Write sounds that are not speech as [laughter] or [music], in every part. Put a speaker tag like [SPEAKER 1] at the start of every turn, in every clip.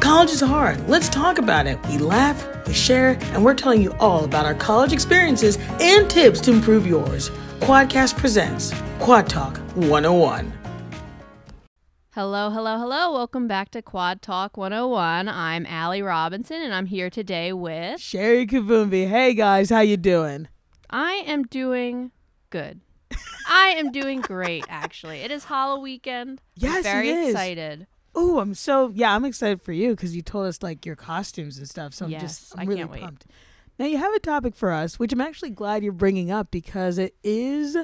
[SPEAKER 1] College is hard. Let's talk about it. We laugh, we share, and we're telling you all about our college experiences and tips to improve yours. Quadcast presents Quad Talk 101.
[SPEAKER 2] Hello, hello, hello. Welcome back to Quad Talk 101. I'm Allie Robinson and I'm here today with
[SPEAKER 1] Sherry Kavumbi. Hey guys, how you doing?
[SPEAKER 2] I am doing
[SPEAKER 1] [laughs]
[SPEAKER 2] good. I am doing great actually. It is Halloween weekend.
[SPEAKER 1] Yes,
[SPEAKER 2] I'm very
[SPEAKER 1] it is.
[SPEAKER 2] excited.
[SPEAKER 1] Oh, I'm so yeah, I'm excited for you because you told us like your costumes and stuff. So I'm
[SPEAKER 2] Yes,
[SPEAKER 1] just I'm
[SPEAKER 2] I
[SPEAKER 1] really
[SPEAKER 2] can't wait.
[SPEAKER 1] pumped. Now you have a topic for us, which I'm actually glad you're bringing up because it is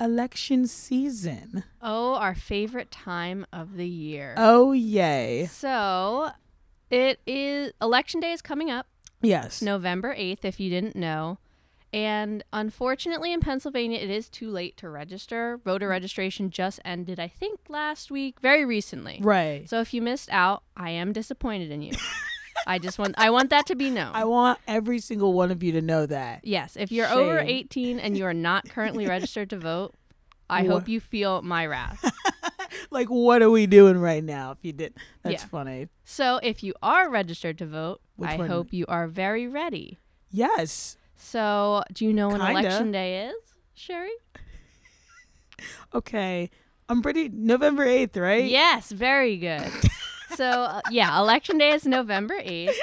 [SPEAKER 1] election season.
[SPEAKER 2] Oh, our favorite time of the year.
[SPEAKER 1] Oh yay!
[SPEAKER 2] So, it is election day is coming up.
[SPEAKER 1] Yes.
[SPEAKER 2] November 8th, if you didn't know. And unfortunately, in Pennsylvania, it is too late to register. Voter registration just ended, I think, last week, very recently.
[SPEAKER 1] Right.
[SPEAKER 2] So if you missed out, I am disappointed in you. I just want I want that to be known.
[SPEAKER 1] [laughs] I want every single one of you to know that.
[SPEAKER 2] yes, if you're over
[SPEAKER 1] Shame.
[SPEAKER 2] 18 and you are
[SPEAKER 1] [laughs]
[SPEAKER 2] not currently registered to vote, I
[SPEAKER 1] Wha-
[SPEAKER 2] hope you feel my wrath.
[SPEAKER 1] Like, what are we doing right now? If you did, that's
[SPEAKER 2] Yeah.
[SPEAKER 1] funny.
[SPEAKER 2] So if you are registered to vote,
[SPEAKER 1] Which
[SPEAKER 2] I
[SPEAKER 1] one?
[SPEAKER 2] hope you are very ready.
[SPEAKER 1] Yes.
[SPEAKER 2] So, do you know when
[SPEAKER 1] Kinda.
[SPEAKER 2] election day is, Sherry?
[SPEAKER 1] Okay. I'm pretty November eighth, right?
[SPEAKER 2] Yes,
[SPEAKER 1] [laughs]
[SPEAKER 2] very good. so, uh, yeah, election day is November 8th.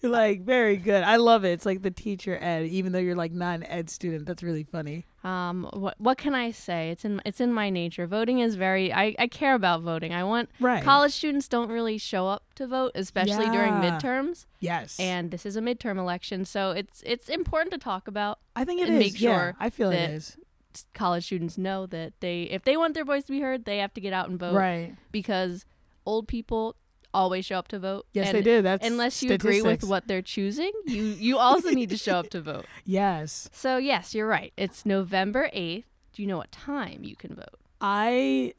[SPEAKER 1] You're like very good. I love it. It's like the teacher ed, even though you're like not an ed student. That's really funny.
[SPEAKER 2] Um, what what can I say? It's in it's in my nature. Voting is very I, I care about voting. I want
[SPEAKER 1] Right.
[SPEAKER 2] college students don't really show up to vote, especially during
[SPEAKER 1] Yeah.
[SPEAKER 2] midterms.
[SPEAKER 1] Yes.
[SPEAKER 2] And this is a midterm election, so it's it's important to talk about.
[SPEAKER 1] I think it
[SPEAKER 2] and
[SPEAKER 1] is.
[SPEAKER 2] make
[SPEAKER 1] yeah,
[SPEAKER 2] sure
[SPEAKER 1] I feel
[SPEAKER 2] that-
[SPEAKER 1] it is.
[SPEAKER 2] S- College students know that they if they want their voice to be heard, they have to get out and vote.
[SPEAKER 1] Right.
[SPEAKER 2] Because old people always show up to vote.
[SPEAKER 1] Yes,
[SPEAKER 2] and
[SPEAKER 1] they do. That's
[SPEAKER 2] Unless you agree with
[SPEAKER 1] statistics.
[SPEAKER 2] what they're choosing, you you also need to show up
[SPEAKER 1] [laughs]
[SPEAKER 2] to vote.
[SPEAKER 1] Yes.
[SPEAKER 2] So yes, you're right. It's November eighth. Do you know what time you can vote?
[SPEAKER 1] I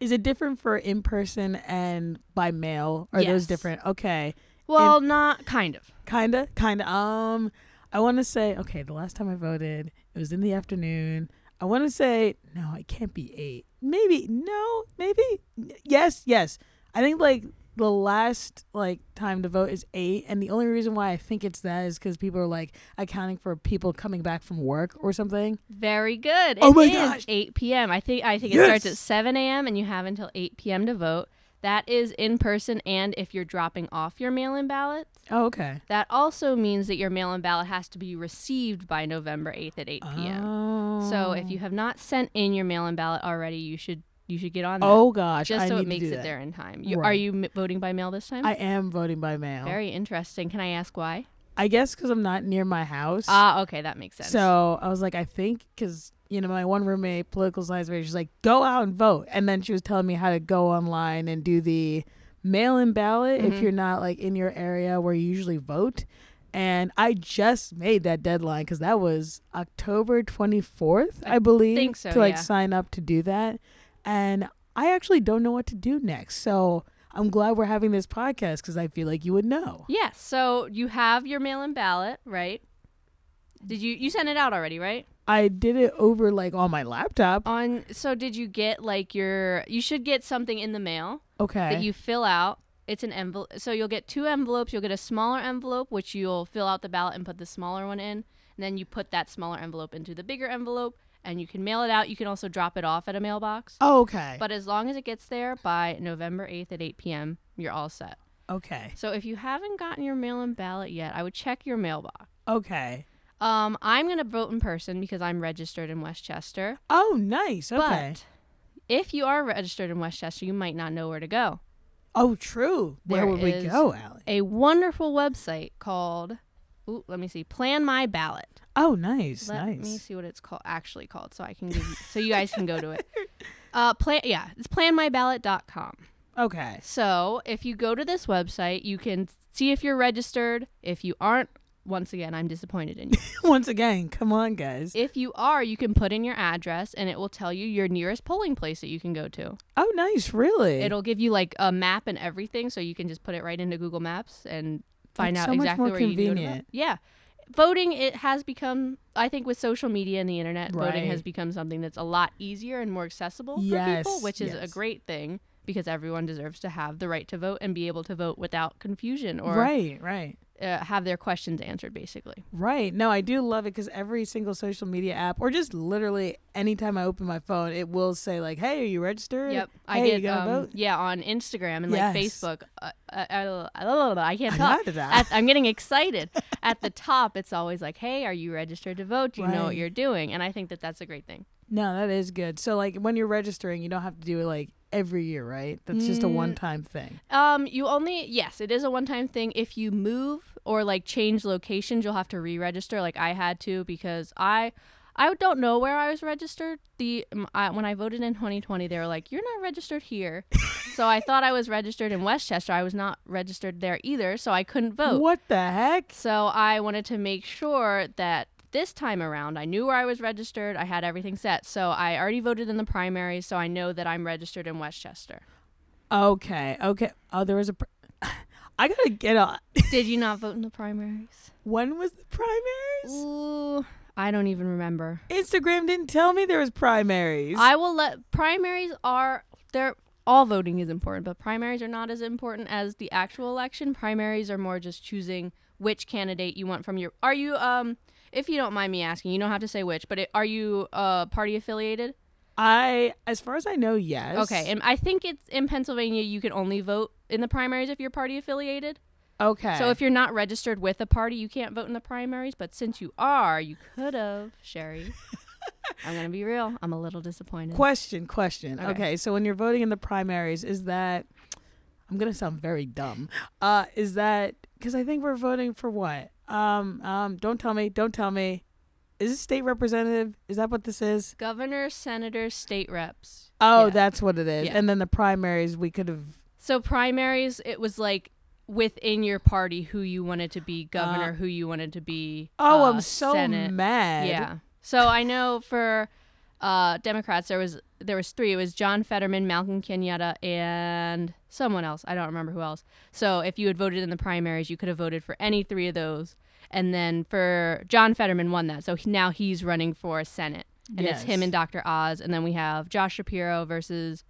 [SPEAKER 1] is it different for in person and by mail? Are
[SPEAKER 2] Yes.
[SPEAKER 1] those different? Okay.
[SPEAKER 2] Well, not kind of.
[SPEAKER 1] Kinda, kinda. Um, I want to say okay. The last time I voted, it was in the afternoon. I want to say no. It can't be eight. Maybe no. Maybe yes. Yes. I think like the last like time to vote is eight, and the only reason why I think it's that is because people are like accounting for people coming back from work or something.
[SPEAKER 2] Very good.
[SPEAKER 1] Oh
[SPEAKER 2] It
[SPEAKER 1] my
[SPEAKER 2] is
[SPEAKER 1] gosh.
[SPEAKER 2] 8 p.m. I think I think it
[SPEAKER 1] Yes.
[SPEAKER 2] starts at 7 a.m. and you have until 8 p.m. to vote. That is in person and if you're dropping off your mail-in ballot.
[SPEAKER 1] Oh, okay.
[SPEAKER 2] That also means that your mail-in ballot has to be received by November 8th at 8 p.m.
[SPEAKER 1] Oh.
[SPEAKER 2] So if you have not sent in your mail-in ballot already, you should you should get on that.
[SPEAKER 1] oh gosh,
[SPEAKER 2] just
[SPEAKER 1] I
[SPEAKER 2] so
[SPEAKER 1] need
[SPEAKER 2] it makes
[SPEAKER 1] to do
[SPEAKER 2] it
[SPEAKER 1] that.
[SPEAKER 2] there in time. You, Are
[SPEAKER 1] Right.
[SPEAKER 2] you m- voting by mail this time?
[SPEAKER 1] I am voting by mail.
[SPEAKER 2] Very interesting. Can I ask why?
[SPEAKER 1] I guess because I'm not near my house.
[SPEAKER 2] Ah, okay, that makes sense.
[SPEAKER 1] So I was like, I think because you know my one roommate, political science major, she's like, go out and vote, and then she was telling me how to go online and do the mail-in ballot
[SPEAKER 2] Mm-hmm.
[SPEAKER 1] if you're not like in your area where you usually vote. And I just made that deadline because that was October 24th, I, believe,
[SPEAKER 2] think so,
[SPEAKER 1] to like
[SPEAKER 2] yeah.
[SPEAKER 1] sign up to do that. And I actually don't know what to do next, so I'm glad we're having this podcast because I feel like you would know.
[SPEAKER 2] yes. So you have your mail-in ballot, right? Did you you sent it out already, right?
[SPEAKER 1] I did it over like on my laptop.
[SPEAKER 2] On so did you get like your you should get something in the mail
[SPEAKER 1] Okay.
[SPEAKER 2] that you fill out. It's an envelope. So you'll get two envelopes. You'll get a smaller envelope which you'll fill out the ballot and put the smaller one in. And then you put that smaller envelope into the bigger envelope and you can mail it out. You can also drop it off at a mailbox.
[SPEAKER 1] oh, okay.
[SPEAKER 2] But as long as it gets there by November 8th at 8 p.m., you're all set.
[SPEAKER 1] Okay.
[SPEAKER 2] So if you haven't gotten your mail-in ballot yet, I would check your mailbox.
[SPEAKER 1] Okay.
[SPEAKER 2] Um, I'm going to vote in person because I'm registered in Westchester.
[SPEAKER 1] Oh, nice. Okay.
[SPEAKER 2] But if you are registered in Westchester, you might not know where to go.
[SPEAKER 1] oh, true. Where
[SPEAKER 2] There
[SPEAKER 1] would we
[SPEAKER 2] is-
[SPEAKER 1] go, Allie?
[SPEAKER 2] A wonderful website called Ooh, let me see. Plan my ballot.
[SPEAKER 1] Oh, nice.
[SPEAKER 2] Let
[SPEAKER 1] nice.
[SPEAKER 2] me see what it's called actually called so I can give you, so you guys can
[SPEAKER 1] [laughs]
[SPEAKER 2] go to it. Uh plan yeah, it's planmyballot.com.
[SPEAKER 1] Okay. [laughs]
[SPEAKER 2] So, if you go to this website, you can see if you're registered. If you aren't, once again, I'm
[SPEAKER 1] [laughs]
[SPEAKER 2] disappointed in you.
[SPEAKER 1] Once again, come on, guys.
[SPEAKER 2] if you are, you can put in your address and it will tell you your nearest polling place that you can go to.
[SPEAKER 1] Oh, nice. Really?
[SPEAKER 2] It'll give you like a map and everything so you can just put it right into Google Maps and find
[SPEAKER 1] That's
[SPEAKER 2] out
[SPEAKER 1] so much
[SPEAKER 2] exactly
[SPEAKER 1] more
[SPEAKER 2] where you need to go. to
[SPEAKER 1] convenient.
[SPEAKER 2] vote. Yeah. Voting it has become I think with social media and the internet, voting has
[SPEAKER 1] Right.
[SPEAKER 2] become something that's a lot easier and more accessible for
[SPEAKER 1] Yes,
[SPEAKER 2] people, which is a
[SPEAKER 1] yes.
[SPEAKER 2] great thing. because everyone deserves to have the right to vote and be able to vote without confusion or
[SPEAKER 1] right, right.
[SPEAKER 2] uh, have their questions answered, basically.
[SPEAKER 1] Right. No, I do love it because every single social media app, or just literally anytime I open my phone, it will say like, "Hey, are you registered?
[SPEAKER 2] Yep,
[SPEAKER 1] Hey,
[SPEAKER 2] I
[SPEAKER 1] you
[SPEAKER 2] get
[SPEAKER 1] gonna
[SPEAKER 2] um,
[SPEAKER 1] vote?"
[SPEAKER 2] yeah on Instagram and
[SPEAKER 1] Yes.
[SPEAKER 2] like Facebook. Uh, I, I, I, I
[SPEAKER 1] [laughs]
[SPEAKER 2] can't
[SPEAKER 1] I
[SPEAKER 2] talk.
[SPEAKER 1] got that.
[SPEAKER 2] At, I'm getting excited. At the top, it's always like, "Hey, are you registered to vote? Do you know what
[SPEAKER 1] Right.
[SPEAKER 2] you're doing?" And I think that that's a great thing.
[SPEAKER 1] No, that is good. So like when you're registering, you don't have to do it like every year, right? That's just a
[SPEAKER 2] Mm.
[SPEAKER 1] one-time thing.
[SPEAKER 2] Um, you only yes, it is a one-time thing. If you move or like change locations, you'll have to re-register. Like I had to because I, I don't know where I was registered. The um, I, when I voted in 2020, they were like, "You're not registered here," so I thought I was registered in Westchester. I was not registered there either, so I couldn't vote.
[SPEAKER 1] What the heck?
[SPEAKER 2] So I wanted to make sure that this time around I knew where I was registered. I had everything set, so I already voted in the primary, so I know that I'm registered in Westchester.
[SPEAKER 1] Okay, okay. Oh, there was a. Pr- [laughs] I gotta get on.
[SPEAKER 2] [laughs] Did you not vote in the primaries?
[SPEAKER 1] When was the primaries?
[SPEAKER 2] Ooh, I don't even remember.
[SPEAKER 1] Instagram didn't tell me there was primaries.
[SPEAKER 2] I will let primaries are they're all voting is important, but primaries are not as important as the actual election. Primaries are more just choosing which candidate you want from your. Are you um? If you don't mind me asking, you don't have to say which, but it, are you uh party affiliated?
[SPEAKER 1] I, as far as I know, yes.
[SPEAKER 2] Okay, and I think it's in Pennsylvania you can only vote in the primaries if you're party affiliated.
[SPEAKER 1] Okay.
[SPEAKER 2] So if you're not registered with a party, you can't vote in the primaries. But since you are, you could have, Sherry. [laughs] I'm gonna be real. I'm a little disappointed.
[SPEAKER 1] Question, question. Okay.
[SPEAKER 2] Okay.
[SPEAKER 1] so when you're voting in the primaries, is that I'm gonna sound very dumb. Uh, is that because I think we're voting for what? Um, um, don't tell me, don't tell me. Is this state representative? Is that what this is?
[SPEAKER 2] Governor, senators, state reps.
[SPEAKER 1] Oh,
[SPEAKER 2] Yeah.
[SPEAKER 1] that's what it is.
[SPEAKER 2] Yeah.
[SPEAKER 1] And then the primaries, we could have.
[SPEAKER 2] So primaries, it was like within your party who you wanted to be governor, who you wanted to be.
[SPEAKER 1] Oh,
[SPEAKER 2] uh,
[SPEAKER 1] I'm so
[SPEAKER 2] Senate.
[SPEAKER 1] mad.
[SPEAKER 2] Yeah. So I know for uh, Democrats there was there was three. It was John Fetterman, Malcolm Kenyatta, and someone else. I don't remember who else. So if you had voted in the primaries, you could have voted for any three of those. And then for John Fetterman won that, so he, now he's running for Senate, and it's him
[SPEAKER 1] Yes.
[SPEAKER 2] and Dr. Oz. And then we have Josh Shapiro versus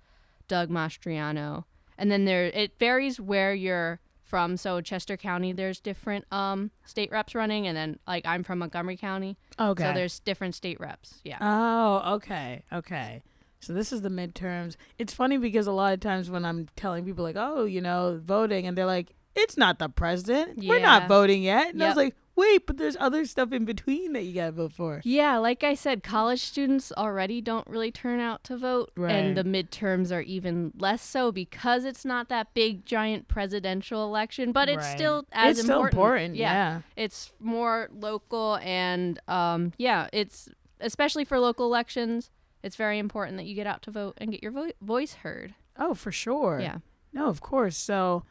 [SPEAKER 2] Doug Mastriano. And then there it varies where you're from. So Chester County, there's different um, state reps running, and then like I'm from Montgomery County,
[SPEAKER 1] Oh, Okay.
[SPEAKER 2] so there's different state reps. Yeah.
[SPEAKER 1] Oh, okay, okay. So this is the midterms. It's funny because a lot of times when I'm telling people like, "Oh, you know, voting," and they're like, "It's not the president. We're not
[SPEAKER 2] Yeah.
[SPEAKER 1] voting yet." And I was
[SPEAKER 2] Yep.
[SPEAKER 1] like, "Wait, but there's other stuff in between that you gotta vote for."
[SPEAKER 2] yeah, like I said, college students already don't really turn out to vote,
[SPEAKER 1] Right.
[SPEAKER 2] and the midterms are even less so because it's not that big, giant presidential election. But it's
[SPEAKER 1] Right.
[SPEAKER 2] still as
[SPEAKER 1] it's still important. yeah.
[SPEAKER 2] it's more local, and um, yeah, it's especially for local elections. It's very important that you get out to vote and get your vo- voice heard.
[SPEAKER 1] Oh, for sure.
[SPEAKER 2] Yeah.
[SPEAKER 1] No, of course. So,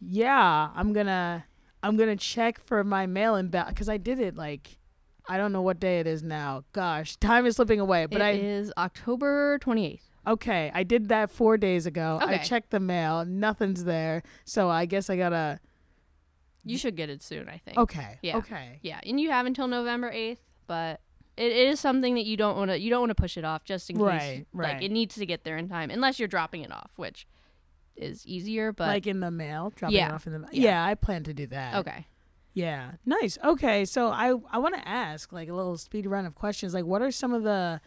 [SPEAKER 1] yeah, I'm gonna I'm gonna check for my mail-in ballot because I did it like I don't know what day it is now. Gosh, time is slipping away. But
[SPEAKER 2] It
[SPEAKER 1] I
[SPEAKER 2] is October 28th.
[SPEAKER 1] Okay, I did that four days ago. I
[SPEAKER 2] Okay.
[SPEAKER 1] checked the mail. Nothing's there. So I guess I gotta.
[SPEAKER 2] You should get it soon, I think.
[SPEAKER 1] Okay.
[SPEAKER 2] Yeah.
[SPEAKER 1] Okay.
[SPEAKER 2] Yeah, and you have until November 8th, but it, it is something that you don't want to you don't want to push it off just in case.
[SPEAKER 1] Right, right.
[SPEAKER 2] Like it needs to get there in time unless you're dropping it off, which is easier, but
[SPEAKER 1] like in the mail, dropping
[SPEAKER 2] Yeah.
[SPEAKER 1] it off in the mail. Yeah.
[SPEAKER 2] Yeah.
[SPEAKER 1] I plan to do that.
[SPEAKER 2] okay.
[SPEAKER 1] Yeah. Nice. Okay. So I I want to ask like a little speed round of questions. Like, what are some of the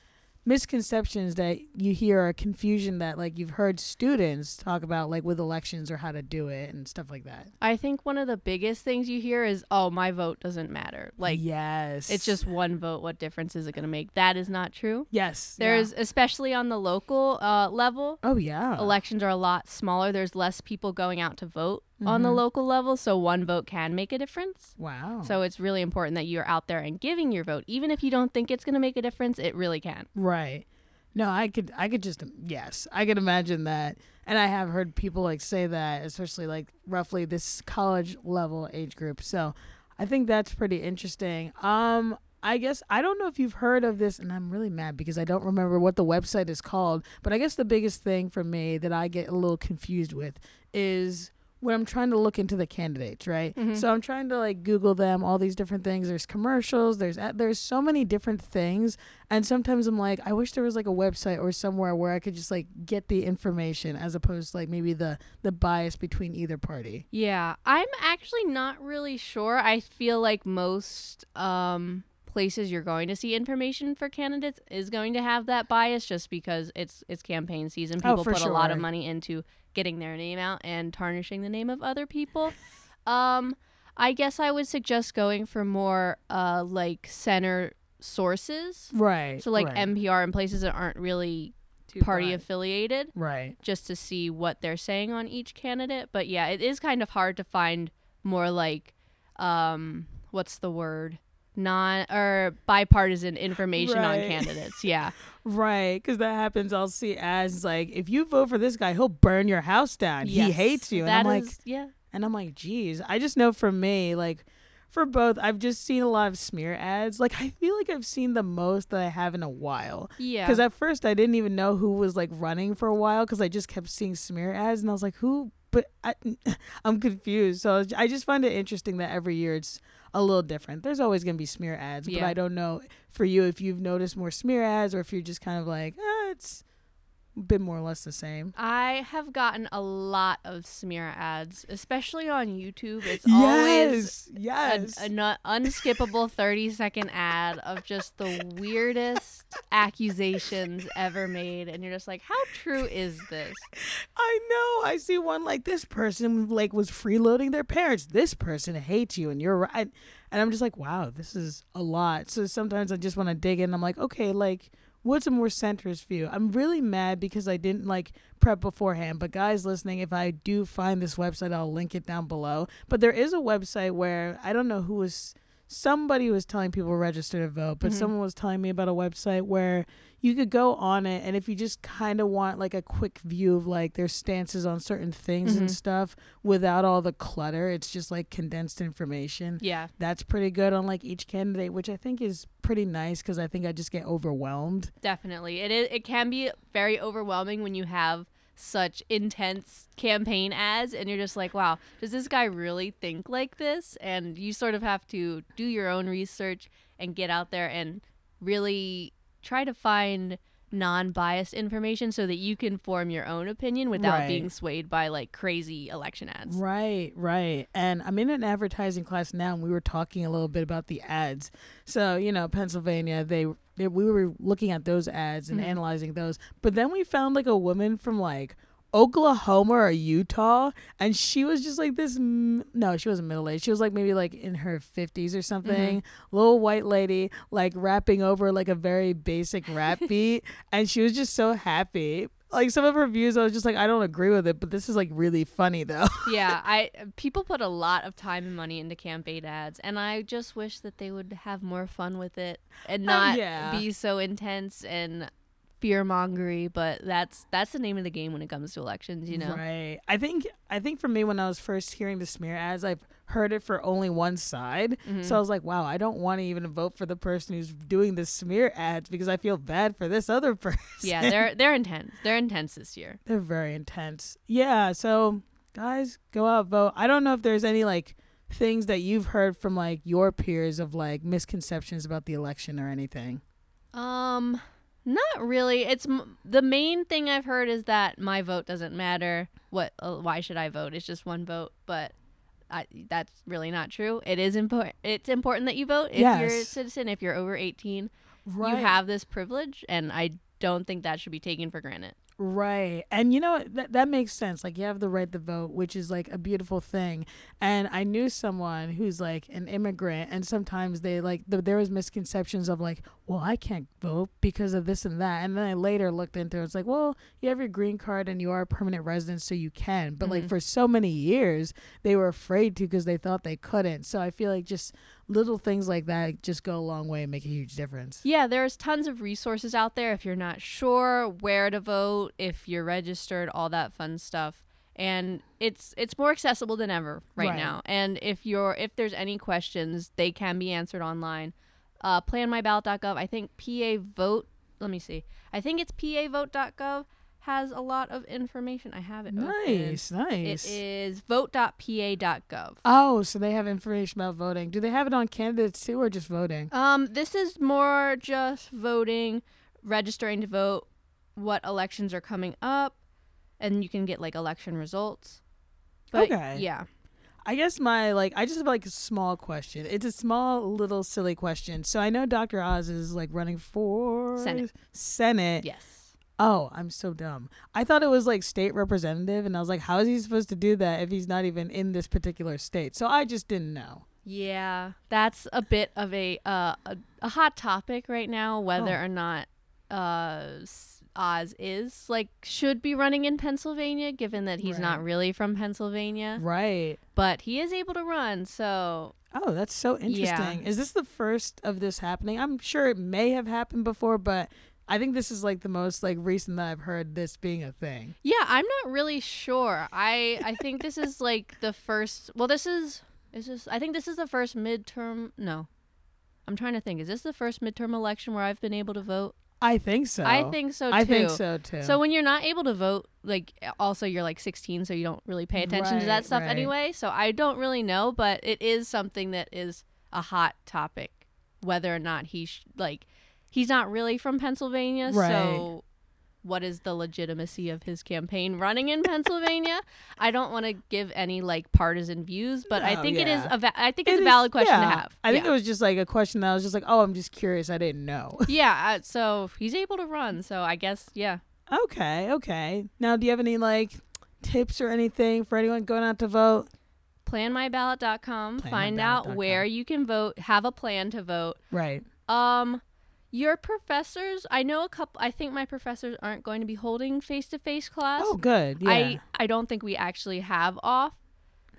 [SPEAKER 1] misconceptions that you hear or confusion that like you've heard students talk about like with elections or how to do it and stuff like that?
[SPEAKER 2] I think one of the biggest things you hear is, "Oh, my vote doesn't matter." Like
[SPEAKER 1] yes,
[SPEAKER 2] it's just one vote, what difference is it going to make? That is not true.
[SPEAKER 1] yes. yeah.
[SPEAKER 2] There's especially on the local uh, level,
[SPEAKER 1] oh yeah
[SPEAKER 2] elections are a lot smaller. There's less people going out to vote on the
[SPEAKER 1] Mm-hmm.
[SPEAKER 2] local level, so one vote can make a difference.
[SPEAKER 1] wow.
[SPEAKER 2] So it's really important that you're out there and giving your vote. Even if you don't think it's going to make a difference, it really can.
[SPEAKER 1] Right. No, I could I could just yes, I could imagine that. And I have heard people like say that, especially like roughly this college level age group. So I think that's pretty interesting. Um I guess I don't know if you've heard of this and I'm really mad because I don't remember what the website is called, but I guess the biggest thing for me that I get a little confused with is when I'm trying to look into the candidates, right? So I'm trying to like Google them, all these different things. There's commercials, there's ad- there's so many different things, and sometimes I'm like, I wish there was like a website or somewhere where I could just like get the information as opposed to like maybe the the bias between either party.
[SPEAKER 2] Yeah, I'm actually not really sure. I feel like most um, places you're going to see information for candidates is going to have that bias, just because it's it's campaign season.
[SPEAKER 1] Oh,
[SPEAKER 2] People
[SPEAKER 1] for
[SPEAKER 2] put a lot of
[SPEAKER 1] sure.
[SPEAKER 2] money into getting their name out and tarnishing the name of other people. Um, I guess I would suggest going for more uh, like center sources,
[SPEAKER 1] Right.
[SPEAKER 2] so like
[SPEAKER 1] right,
[SPEAKER 2] NPR and places that aren't really party affiliated
[SPEAKER 1] Right.
[SPEAKER 2] just to see what they're saying on each candidate. But yeah, it is kind of hard to find more like um what's the word? Non or bipartisan information
[SPEAKER 1] Right.
[SPEAKER 2] on candidates. Yeah.
[SPEAKER 1] Right, because that happens. I'll see ads like, if you vote for this guy, he'll burn your house down. He
[SPEAKER 2] Yes.
[SPEAKER 1] hates you, [laughs] and
[SPEAKER 2] That
[SPEAKER 1] I'm like,
[SPEAKER 2] is- yeah.
[SPEAKER 1] and I'm like, geez. I just know for me, like, for both, I've just seen a lot of smear ads. Like, I feel like I've seen the most that I have in a while.
[SPEAKER 2] Yeah.
[SPEAKER 1] Because at first, I didn't even know who was like running for a while, because I just kept seeing smear ads, and I was like, who? But I, [laughs] I'm confused. So I just find it interesting that every year it's a little different. There's always gonna be smear ads, but
[SPEAKER 2] Yeah.
[SPEAKER 1] I don't know for you if you've noticed more smear ads or if you're just kind of like, ah, it's been more or less the same.
[SPEAKER 2] I have gotten a lot of smear ads, especially on YouTube. It's always
[SPEAKER 1] yes,
[SPEAKER 2] an,
[SPEAKER 1] yes.
[SPEAKER 2] an unskippable 30 second ad of just the weirdest accusations ever made. And you're just like, how true is this?
[SPEAKER 1] I know. I see one like this person like was freeloading their parents. This person hates you, and you're right. And I'm just like, wow, this is a lot. So sometimes I just want to dig in. I'm like, okay, like what's a more centrist view? I'm really mad because I didn't like prep beforehand. But guys listening, if I do find this website, I'll link it down below. But there is a website where I don't know who was somebody was telling people register to vote, but someone was telling me about a website where you could go on it and if you just kind of want like a quick view of like their stances on certain things and stuff without all the clutter, it's just like condensed information.
[SPEAKER 2] Yeah.
[SPEAKER 1] That's pretty good on like each candidate, which I think is pretty nice because I think I just get overwhelmed.
[SPEAKER 2] Definitely. It is, it can be very overwhelming when you have such intense campaign ads and you're just like, wow, does this guy really think like this? And you sort of have to do your own research and get out there and really try to find non-biased information so that you can form your own opinion without
[SPEAKER 1] Right.
[SPEAKER 2] being swayed by like crazy election ads.
[SPEAKER 1] Right, right. And I'm in an advertising class now, and we were talking a little bit about the ads. So you know, Pennsylvania, they, they we were looking at those ads and analyzing those. But then we found like a woman from like Oklahoma or Utah, and she was just like this. m- No, she wasn't middle aged. She was like maybe like in her fifties or something. Little white lady, like rapping over like a very basic rap beat, and she was just so happy. Like some of her views, I was just like, I don't agree with it, but this is like really funny though.
[SPEAKER 2] yeah, I people put a lot of time and money into campaign ads, and I just wish that they would have more fun with it and not
[SPEAKER 1] Oh, yeah.
[SPEAKER 2] be so intense and fear mongery. But that's that's the name of the game when it comes to elections, you know.
[SPEAKER 1] Right. I think I think for me when I was first hearing the smear ads, I've heard it for only one side.
[SPEAKER 2] Mm-hmm.
[SPEAKER 1] So I was like, wow, I don't want to even vote for the person who's doing the smear ads because I feel bad for this other [laughs] person.
[SPEAKER 2] Yeah, they're they're intense. They're intense this year.
[SPEAKER 1] They're very intense. Yeah, so guys, go out vote. I don't know if there's any like things that you've heard from like your peers of like misconceptions about the election or anything.
[SPEAKER 2] Um, not really. It's m- the main thing I've heard is that my vote doesn't matter. What? Uh, why should I vote? It's just one vote, but. I, that's really not true. It is important. It's important that you vote if you're a
[SPEAKER 1] Yes.
[SPEAKER 2] citizen. If you're over 18,
[SPEAKER 1] Right.
[SPEAKER 2] you have this privilege, and I don't think that should be taken for granted.
[SPEAKER 1] Right. And you know what? that that makes sense. Like you have the right to vote, which is like a beautiful thing. And I knew someone who's like an immigrant and sometimes they like th- there was misconceptions of like, well, I can't vote because of this and that. And then I later looked into it. It's like, well, you have your green card and you are a permanent resident so you can. But like for so many years, they were afraid to because they thought they couldn't. So I feel like just little things like that just go a long way and make a huge difference.
[SPEAKER 2] Yeah, there's tons of resources out there if you're not sure where to vote, if you're registered, all that fun stuff. And it's it's more accessible than ever right,
[SPEAKER 1] Right.
[SPEAKER 2] now. And if you're if there's any questions, they can be answered online. Uh, planmyballot.gov. I think PA vote. Let me see. I think it's pavote.gov has a lot of information. I have it. open.
[SPEAKER 1] Nice,
[SPEAKER 2] It
[SPEAKER 1] nice.
[SPEAKER 2] is vote.pa.gov.
[SPEAKER 1] Oh, so they have information about voting. Do they have it on candidates too, or just voting?
[SPEAKER 2] Um, this is more just voting, registering to vote, what elections are coming up, and you can get like election results. But
[SPEAKER 1] Okay.
[SPEAKER 2] yeah.
[SPEAKER 1] I guess my like I just have like a small question. It's a small little silly question. So I know Dr. Oz is like running for
[SPEAKER 2] Senate.
[SPEAKER 1] Senate.
[SPEAKER 2] Yes.
[SPEAKER 1] Oh, I'm so dumb. I thought it was like state representative and I was like how is he supposed to do that if he's not even in this particular state? So I just didn't know.
[SPEAKER 2] Yeah. That's a bit of a uh, a, a hot topic right now whether
[SPEAKER 1] Oh.
[SPEAKER 2] or not uh s- Oz is like should be running in Pennsylvania given that he's not
[SPEAKER 1] Right.
[SPEAKER 2] really from Pennsylvania,
[SPEAKER 1] Right.
[SPEAKER 2] but he is able to run. So,
[SPEAKER 1] Oh, that's so interesting. Is this the first of this happening? I'm sure it may have happened before, but I think this is like the most like recent that I've heard this being a thing.
[SPEAKER 2] Yeah, I'm not really sure. I I think this is like the first. Well, this is is this. I think this is the first midterm. No, I'm trying to think. Is this the first midterm election where I've been able to vote?
[SPEAKER 1] I think so.
[SPEAKER 2] I think so too.
[SPEAKER 1] I think so too.
[SPEAKER 2] So when you're not able to vote, like also you're like 16, so you don't really pay attention to
[SPEAKER 1] Right,
[SPEAKER 2] that stuff
[SPEAKER 1] right.
[SPEAKER 2] anyway. So I don't really know, but it is something that is a hot topic, whether or not he sh- like he's not really from Pennsylvania,
[SPEAKER 1] Right.
[SPEAKER 2] so. What is the legitimacy of his campaign running in Pennsylvania?
[SPEAKER 1] [laughs]
[SPEAKER 2] I don't want to give any like partisan views, but I
[SPEAKER 1] No,
[SPEAKER 2] think it is
[SPEAKER 1] yeah.
[SPEAKER 2] a va- I think it's
[SPEAKER 1] It
[SPEAKER 2] a
[SPEAKER 1] is-
[SPEAKER 2] valid question to
[SPEAKER 1] yeah.
[SPEAKER 2] have.
[SPEAKER 1] I think
[SPEAKER 2] yeah.
[SPEAKER 1] it was just like a question that I was just like, oh, I'm just curious. I didn't know. [laughs]
[SPEAKER 2] yeah. uh, So he's able to run, so I guess yeah.
[SPEAKER 1] okay, okay. Now, do you have any like tips or anything for anyone going out to vote?
[SPEAKER 2] planmyballot.com find
[SPEAKER 1] Planmyballot.com.
[SPEAKER 2] out where you can vote have a plan to vote
[SPEAKER 1] Right.
[SPEAKER 2] um your professors i know a couple i think my professors aren't going to be holding face-to-face class
[SPEAKER 1] Oh, good. Yeah.
[SPEAKER 2] i i don't think we actually have off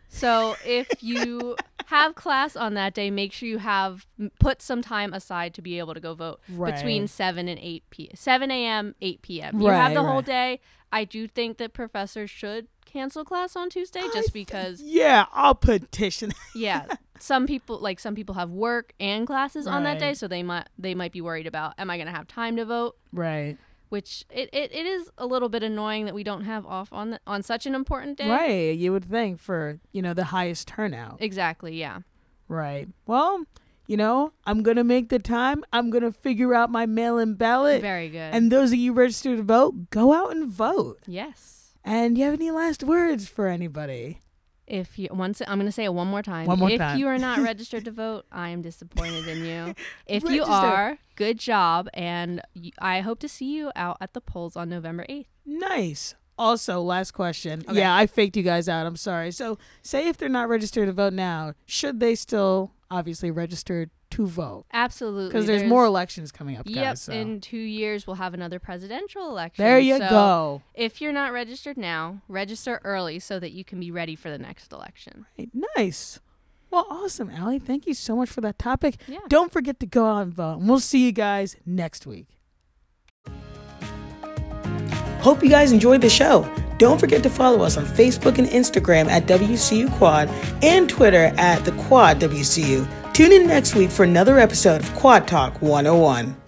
[SPEAKER 2] so if
[SPEAKER 1] [laughs]
[SPEAKER 2] you have class on that day make sure you have put some time aside to be able to go vote between
[SPEAKER 1] Right.
[SPEAKER 2] 7 and 8 p 7 a.m 8 p.m you have
[SPEAKER 1] Right,
[SPEAKER 2] the whole
[SPEAKER 1] right.
[SPEAKER 2] day i do think that professors should cancel class on tuesday just because
[SPEAKER 1] yeah, I'll petition. [laughs]
[SPEAKER 2] yeah some people like some people have work and classes on that day
[SPEAKER 1] Right.
[SPEAKER 2] so they might they might be worried about am i going to have time to vote
[SPEAKER 1] right.
[SPEAKER 2] which it, it, it is a little bit annoying that we don't have off on the, on such an important day
[SPEAKER 1] Right. You would think for, you know, the highest turnout.
[SPEAKER 2] exactly yeah
[SPEAKER 1] Right. Well, you know, I'm going to make the time. I'm going to figure out my mail in ballot.
[SPEAKER 2] very good
[SPEAKER 1] And those of you registered to vote, go out and vote.
[SPEAKER 2] yes
[SPEAKER 1] And do you have any last words for anybody?
[SPEAKER 2] if you once i'm going to say it one more time
[SPEAKER 1] One more
[SPEAKER 2] if
[SPEAKER 1] time.
[SPEAKER 2] you
[SPEAKER 1] [laughs]
[SPEAKER 2] are not registered to vote i am disappointed in you if you
[SPEAKER 1] Register.
[SPEAKER 2] are good job and y- i hope to see you out at the polls on november 8th
[SPEAKER 1] Nice. Also, last question.
[SPEAKER 2] Okay.
[SPEAKER 1] Yeah, I faked you guys out. I'm sorry. So, say if they're not registered to vote now, should they still obviously register to vote?
[SPEAKER 2] absolutely
[SPEAKER 1] Because there's, more elections coming up,
[SPEAKER 2] Yep,
[SPEAKER 1] guys. So.
[SPEAKER 2] in two years we'll have another presidential election.
[SPEAKER 1] there you
[SPEAKER 2] So
[SPEAKER 1] go.
[SPEAKER 2] If you're not registered now, register early so that you can be ready for the next election.
[SPEAKER 1] Right. Nice. Well, awesome, Allie. Thank you so much for that topic.
[SPEAKER 2] Yeah.
[SPEAKER 1] Don't forget to go out and vote. And we'll see you guys next week. Hope you guys enjoyed the show. Don't forget to follow us on Facebook and Instagram at WCU Quad and Twitter at the Quad WCU. Tune in next week for another episode of Quad Talk 101.